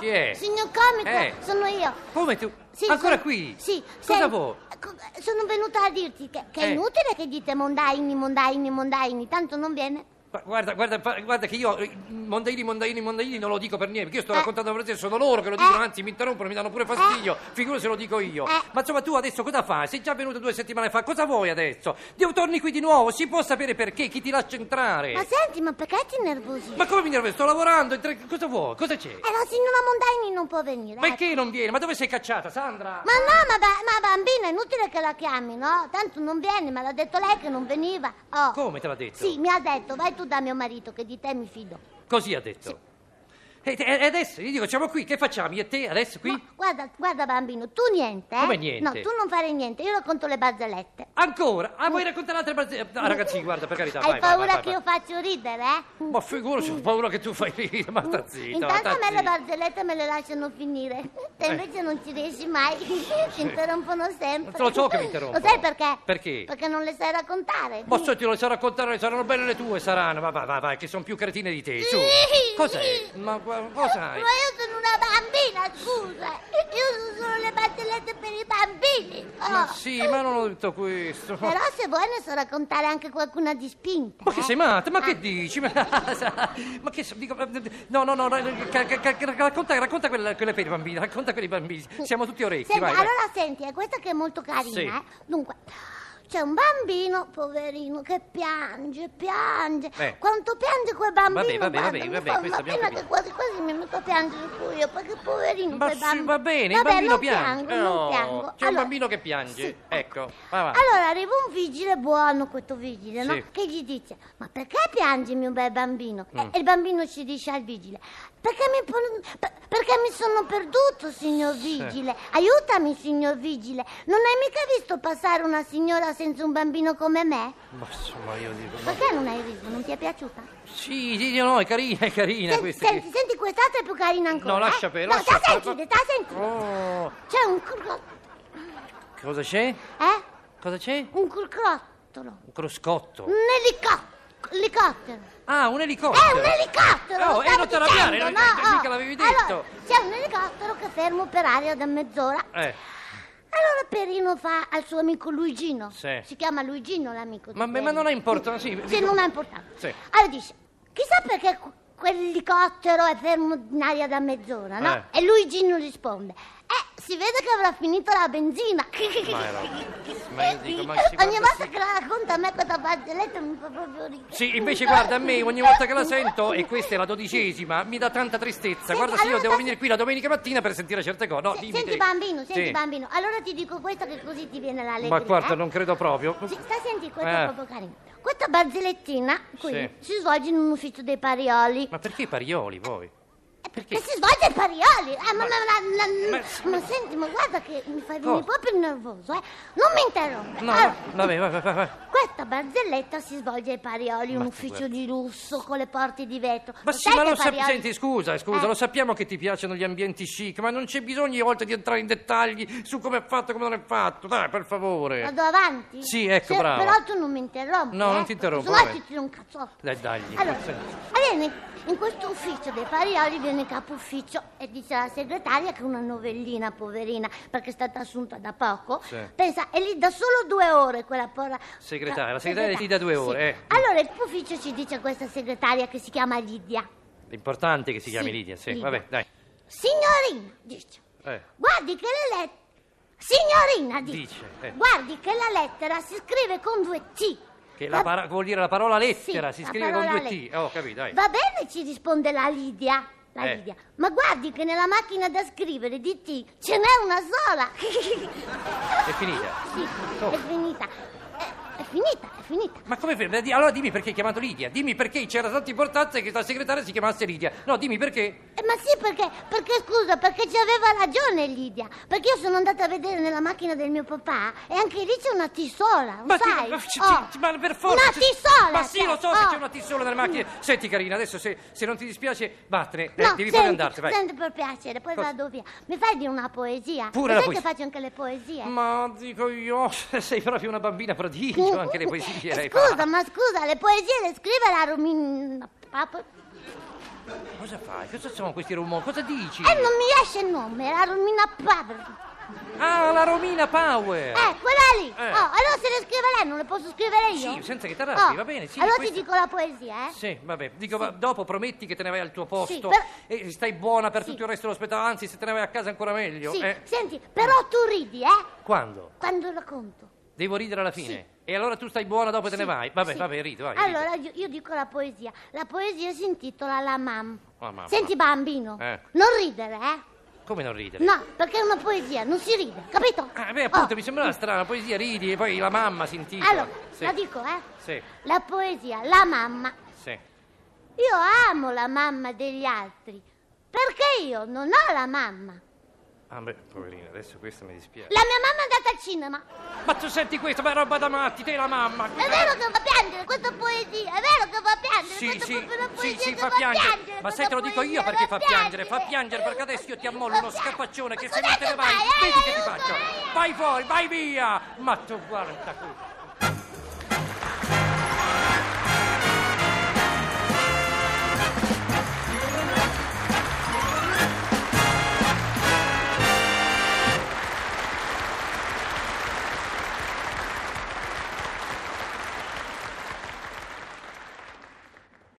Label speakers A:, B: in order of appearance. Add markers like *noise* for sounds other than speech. A: Chi è?
B: Signor comico,
A: Eh.
B: sono io.
A: Come tu?
B: Sì,
A: Ancora
B: sono-
A: qui?
B: Sì.
A: Cosa
B: sen-
A: vuoi?
B: co- Sono venuta a dirti che, che è
A: Eh.
B: inutile che dite mondaini, mondaini, mondaini, tanto non viene.
A: Gu- Guarda, guarda, fa- guarda che io eh, Mondaini, Mondaini, Mondaini non lo dico per niente, perché io sto
B: Eh.
A: raccontando una frase, sono loro che lo dicono,
B: Eh.
A: anzi mi interrompono, mi danno pure fastidio, figura se lo dico io.
B: Eh.
A: Ma insomma tu adesso cosa fai? Sei già venuto due settimane fa, cosa vuoi adesso? Dio torni qui di nuovo, si può sapere perché, chi ti lascia entrare?
B: Ma senti, ma perché ti nervosi?
A: Eh. Ma come mi nervoso? Sto lavorando, entra- cosa vuoi? Cosa c'è?
B: Eh, la signora Mondaini non può venire. ecco.
A: Perché non viene? Ma dove sei cacciata, Sandra?
B: Ma no, ma, ba- ma bambina, è inutile che la chiami, no? Tanto non viene, me l'ha detto lei che non veniva. Oh.
A: Come te l'ha detto?
B: Sì, mi ha detto, vai tu da mio marito, che di te mi fido.
A: Così ha detto. E, e- e adesso gli dico, siamo qui, che facciamo? Io e te adesso qui?
B: No, guarda, guarda bambino, tu niente, eh?
A: Come niente?
B: No, tu non fare niente, io racconto le barzellette.
A: Ancora? Ah, vuoi raccontare altre barzellette? Ah, ragazzi, guarda, per carità,
B: Eh. Hai
A: vai, vai,
B: paura
A: vai, vai,
B: che io faccio ridere, eh?
A: Ma figurati, ho paura che tu fai ridere, *laughs* ma sta zitta, ma
B: Intanto
A: sta Eh.
B: a me le
A: zitta.
B: barzellette me le lasciano finire. Te invece non ci riesci mai. *laughs* Ti interrompono sempre.
A: Lo so che mi interrompono.
B: Lo sai perché?
A: Perché?
B: Perché non le sai raccontare.
A: Ma se ti lo so raccontare, saranno belle le tue, saranno, ma vai, vai, vai, che sono più cretine di te, su. Cos'è? Ma gu-
B: Ma
A: cos'hai?
B: io sono una bambina, scusa. Io sono solo le barzellette per i bambini. Oh.
A: Ma sì, ma non ho detto questo.
B: Però se vuoi ne so raccontare anche qualcuna di spinta.
A: Ma che
B: eh.
A: sei matta? Ma che dici? Ma, *laughs* ma che so- dico, no, no, no, no, ca- ca- ca- racconta, racconta quella, quella per i bambini, racconta per i bambini. Siamo tutti orecchi,
B: Senti,
A: vai, vai.
B: allora senti, è questa che è molto carina,
A: Sì.
B: eh. Dunque, c'è un bambino, poverino, che piange, piange.
A: Eh.
B: Quanto piange quel bambino?
A: Vabbè, vabbè,
B: guarda,
A: vabbè,
B: mi
A: vabbè,
B: fa
A: questo
B: una
A: abbiamo
B: pena
A: capito.
B: che quasi quasi mi metto a piangere pure, perché poverino
A: Ma
B: quel
A: sì,
B: bambino.
A: va bene, il
B: Vabbè,
A: bambino
B: non
A: piange.
B: piango, non
A: Oh,
B: piango.
A: C'è un
B: Allora-
A: bambino che piange.
B: Sì.
A: Ecco, va, va.
B: Allora arriva un vigile buono, questo vigile, no?
A: Sì.
B: Che gli dice, ma perché piangi mio bel bambino?
A: Mm.
B: E- E il bambino ci dice al vigile, perché mi, pon- per- perché mi sono perduto, signor vigile? Aiutami, signor vigile. Non hai mica visto passare una signora senza un bambino come me?
A: Ma insomma, io dico. ma-
B: Perché non hai visto? Non ti è piaciuta?
A: Sì, sì, no, è carina, è carina
B: Senti,
A: questa.
B: senti, senti, quest'altra è più carina ancora.
A: Eh, No, lascia
B: eh?
A: per,
B: No,
A: lascia
B: sta
A: per-
B: sentite, sta sentite.
A: Oh,
B: C'è un crocotto,
A: cosa c'è?
B: eh?
A: Cosa c'è?
B: Un crocotto.
A: Un croscotto.
B: Un elico- elicottero.
A: Ah, un
B: È
A: elicottero.
B: Mm? Eh, un elicottero!
A: Oh,
B: lo
A: e
B: stavo
A: non te l'arrabbiare,
B: dicendo,
A: non-
B: no? Oh,
A: mica l'avevi
B: Allora,
A: detto.
B: c'è un elicottero che è fermo per aria da mezz'ora.
A: Eh,
B: Allora Perino fa al suo amico Luigino.
A: Sì.
B: Si chiama Luigino l'amico. di
A: ma, ma
B: Perino.
A: non ha importanza, sì.
B: Sì,
A: dico-
B: non è importante.
A: Sì.
B: Allora dice, chissà perché que- quell'elicottero è fermo in aria da mezz'ora, no?
A: Eh.
B: E Luigino risponde, eh, si vede che avrà finito la benzina.
A: Ma
B: *laughs*
A: era- ma io dico, ma si
B: Ogni
A: guarda,
B: volta
A: sì.
B: che la racconta a me questa barzelletta mi fa proprio ridere.
A: Sì, invece guarda a me, ogni volta che la sento, e questa è la dodicesima, mi dà tanta tristezza.
B: Senti,
A: guarda, sì, io
B: allora
A: devo
B: sta-
A: venire qui la domenica mattina per sentire certe cose. No,
B: Se-
A: Oh, dimmi
B: senti
A: te.
B: bambino, senti
A: Sì.
B: bambino, allora ti dico questo che così ti viene l'allegria.
A: Ma guarda,
B: eh.
A: non credo proprio.
B: Sì, sta senti, questo è
A: Eh.
B: proprio carino. Questa barzellettina qui
A: Sì.
B: si svolge in un ufficio dei Parioli.
A: Ma perché i parioli voi?
B: Che Eh, si svolge ai Parioli? Ah, ma, ma, ma- ma-
A: Ma-
B: ma senti, ma guarda che mi fai venire
A: Cosa?
B: proprio nervoso, eh. Non mi interrompere.
A: No,
B: Allora,
A: no, vabbè, vai, vai, vai. vai.
B: Questa barzelletta si svolge ai Parioli,
A: Ma
B: un
A: ti
B: ufficio
A: guarda.
B: di lusso con le porte di vetro.
A: Ma sì,
B: sai
A: ma
B: che
A: lo
B: ai
A: sappiamo.
B: Parioli-
A: Senti, scusa, scusa,
B: Eh.
A: lo sappiamo che ti piacciono gli ambienti chic, ma non c'è bisogno ogni volta di entrare in dettagli su come è fatto e come non è fatto. Dai, per favore.
B: Vado avanti?
A: Sì, ecco, brava.
B: Però tu non mi interrompi.
A: No,
B: eh?
A: non ti interrompo,
B: Sennò
A: vabbè.
B: ti tiro un cazzotto.
A: Dai, dagli.
B: Allora,
A: Senti.
B: allora, in- in questo ufficio dei Parioli viene il capo ufficio e dice alla segretaria che è una novellina, poverina, perché è stata assunta da poco.
A: Sì.
B: Pensa, è lì da solo due ore quella porra.
A: Segretaria,
B: ca-
A: la segretaria ti dà due
B: sì.
A: ore, eh.
B: Allora il capo ufficio ci dice a questa segretaria che si chiama Lidia.
A: L'importante è che si chiami
B: Sì,
A: Lidia, sì.
B: Lidia.
A: Vabbè, dai.
B: Signorina, dice.
A: Eh.
B: Guardi che le let- Signorina, dice.
A: Dice, eh.
B: Guardi che la lettera si scrive con due T.
A: Che la para- vuol dire la parola lettera,
B: Sì,
A: si
B: la
A: scrive con
B: parola
A: due T.
B: lettera.
A: Oh, capito, dai.
B: Va bene, ci risponde la Lidia. La
A: Eh.
B: Lidia. Ma guardi che nella macchina da scrivere di T ce n'è una sola. *laughs*
A: È finita. Oh.
B: sì, è finita. Eh, È, è finita, è finita.
A: Ma come fai? Beh, di- Allora dimmi perché hai chiamato Lidia, dimmi perché c'era tanta importanza che la segretaria si chiamasse Lidia. No, dimmi perché.
B: Eh, ma sì, perché, perché scusa, perché ci aveva ragione Lidia. Perché io sono andata a vedere nella macchina del mio papà e anche lì c'è una T sola, lo
A: Ma, ti-
B: sai?
A: ma- ci-
B: Oh.
A: ci- ma per forza.
B: Una
A: ci-
B: T sola!
A: Ma sì,
B: cioè,
A: lo so che
B: oh. Mm.
A: c'è una T sola nelle macchine. Senti, carina, adesso se, se non ti dispiace, vattene. eh,
B: No,
A: devi
B: senti,
A: proprio andarti, vai.
B: senti per piacere, poi
A: Cosa?
B: vado via. Mi fai dire una poesia?
A: Pure la
B: Lo sai
A: poesia.
B: che faccio anche le poesie?
A: Ma dico io, *laughs* sei proprio una bambina prodigio, anche le poesie
B: Eh,
A: lei fa.
B: Eh, Scusa, ma scusa, le poesie le scrive la Romina. Papa-
A: Cosa fai? Cosa sono questi rumori? Cosa dici?
B: E non mi esce il nome, era Romina Power.
A: Ah, la Romina Power!
B: Eh, quella lì.
A: Eh.
B: Oh, allora se le scrive lei, non le posso scrivere io?
A: Sì, senza che ti arrabbi,
B: Oh,
A: va bene, sì,
B: Allora
A: questa-
B: ti dico la poesia, eh?
A: Sì, vabbè, dico, va- dopo prometti che te ne vai al tuo posto
B: però-
A: e stai buona per
B: Sì.
A: tutto il resto dello spettacolo, anzi se te ne vai a casa ancora meglio.
B: Sì,
A: eh.
B: senti, però tu ridi, eh?
A: Quando?
B: Quando lo conto.
A: Devo ridere alla fine. E allora tu stai buona dopo e te ne
B: Sì,
A: vai. Vabbè,
B: sì.
A: vabbè, rido, vai. rido.
B: Allora io, io dico la poesia. La poesia si intitola La Mam.
A: La Mam.
B: Senti bambino,
A: Eh.
B: non ridere, eh?
A: Come non ridere?
B: No, perché è una poesia, non si ride, capito?
A: Ah, beh, appunto,
B: Oh,
A: mi sembrava strana, la poesia ridi e poi la mamma si intitola.
B: Allora,
A: sì.
B: la dico, eh?
A: Sì,
B: La poesia, la mamma.
A: sì.
B: Io amo la mamma degli altri, perché io non ho la mamma.
A: Ah, beh, poverina, adesso questo mi dispiace.
B: La mia mamma è andata al cinema.
A: Ma tu senti questo, ma è roba da matti, te la mamma.
B: È vero che fa piangere questa poesia, è vero che fa piangere
A: Sì,
B: questa
A: sì,
B: proprio una
A: sì,
B: poesia
A: sì,
B: che
A: fa piangere. Ma
B: questa
A: se te lo dico
B: poesia
A: io perché fa piangere, fa piangere perché adesso io ti ammollo
B: Fa
A: uno
B: piangere.
A: scappaccione
B: Ma
A: che se non te ne
B: scusate,
A: vai,
B: vai, eh,
A: vedi che ti
B: aiuto,
A: faccio.
B: eh.
A: Vai fuori, vai via! Ma tu guarda qui.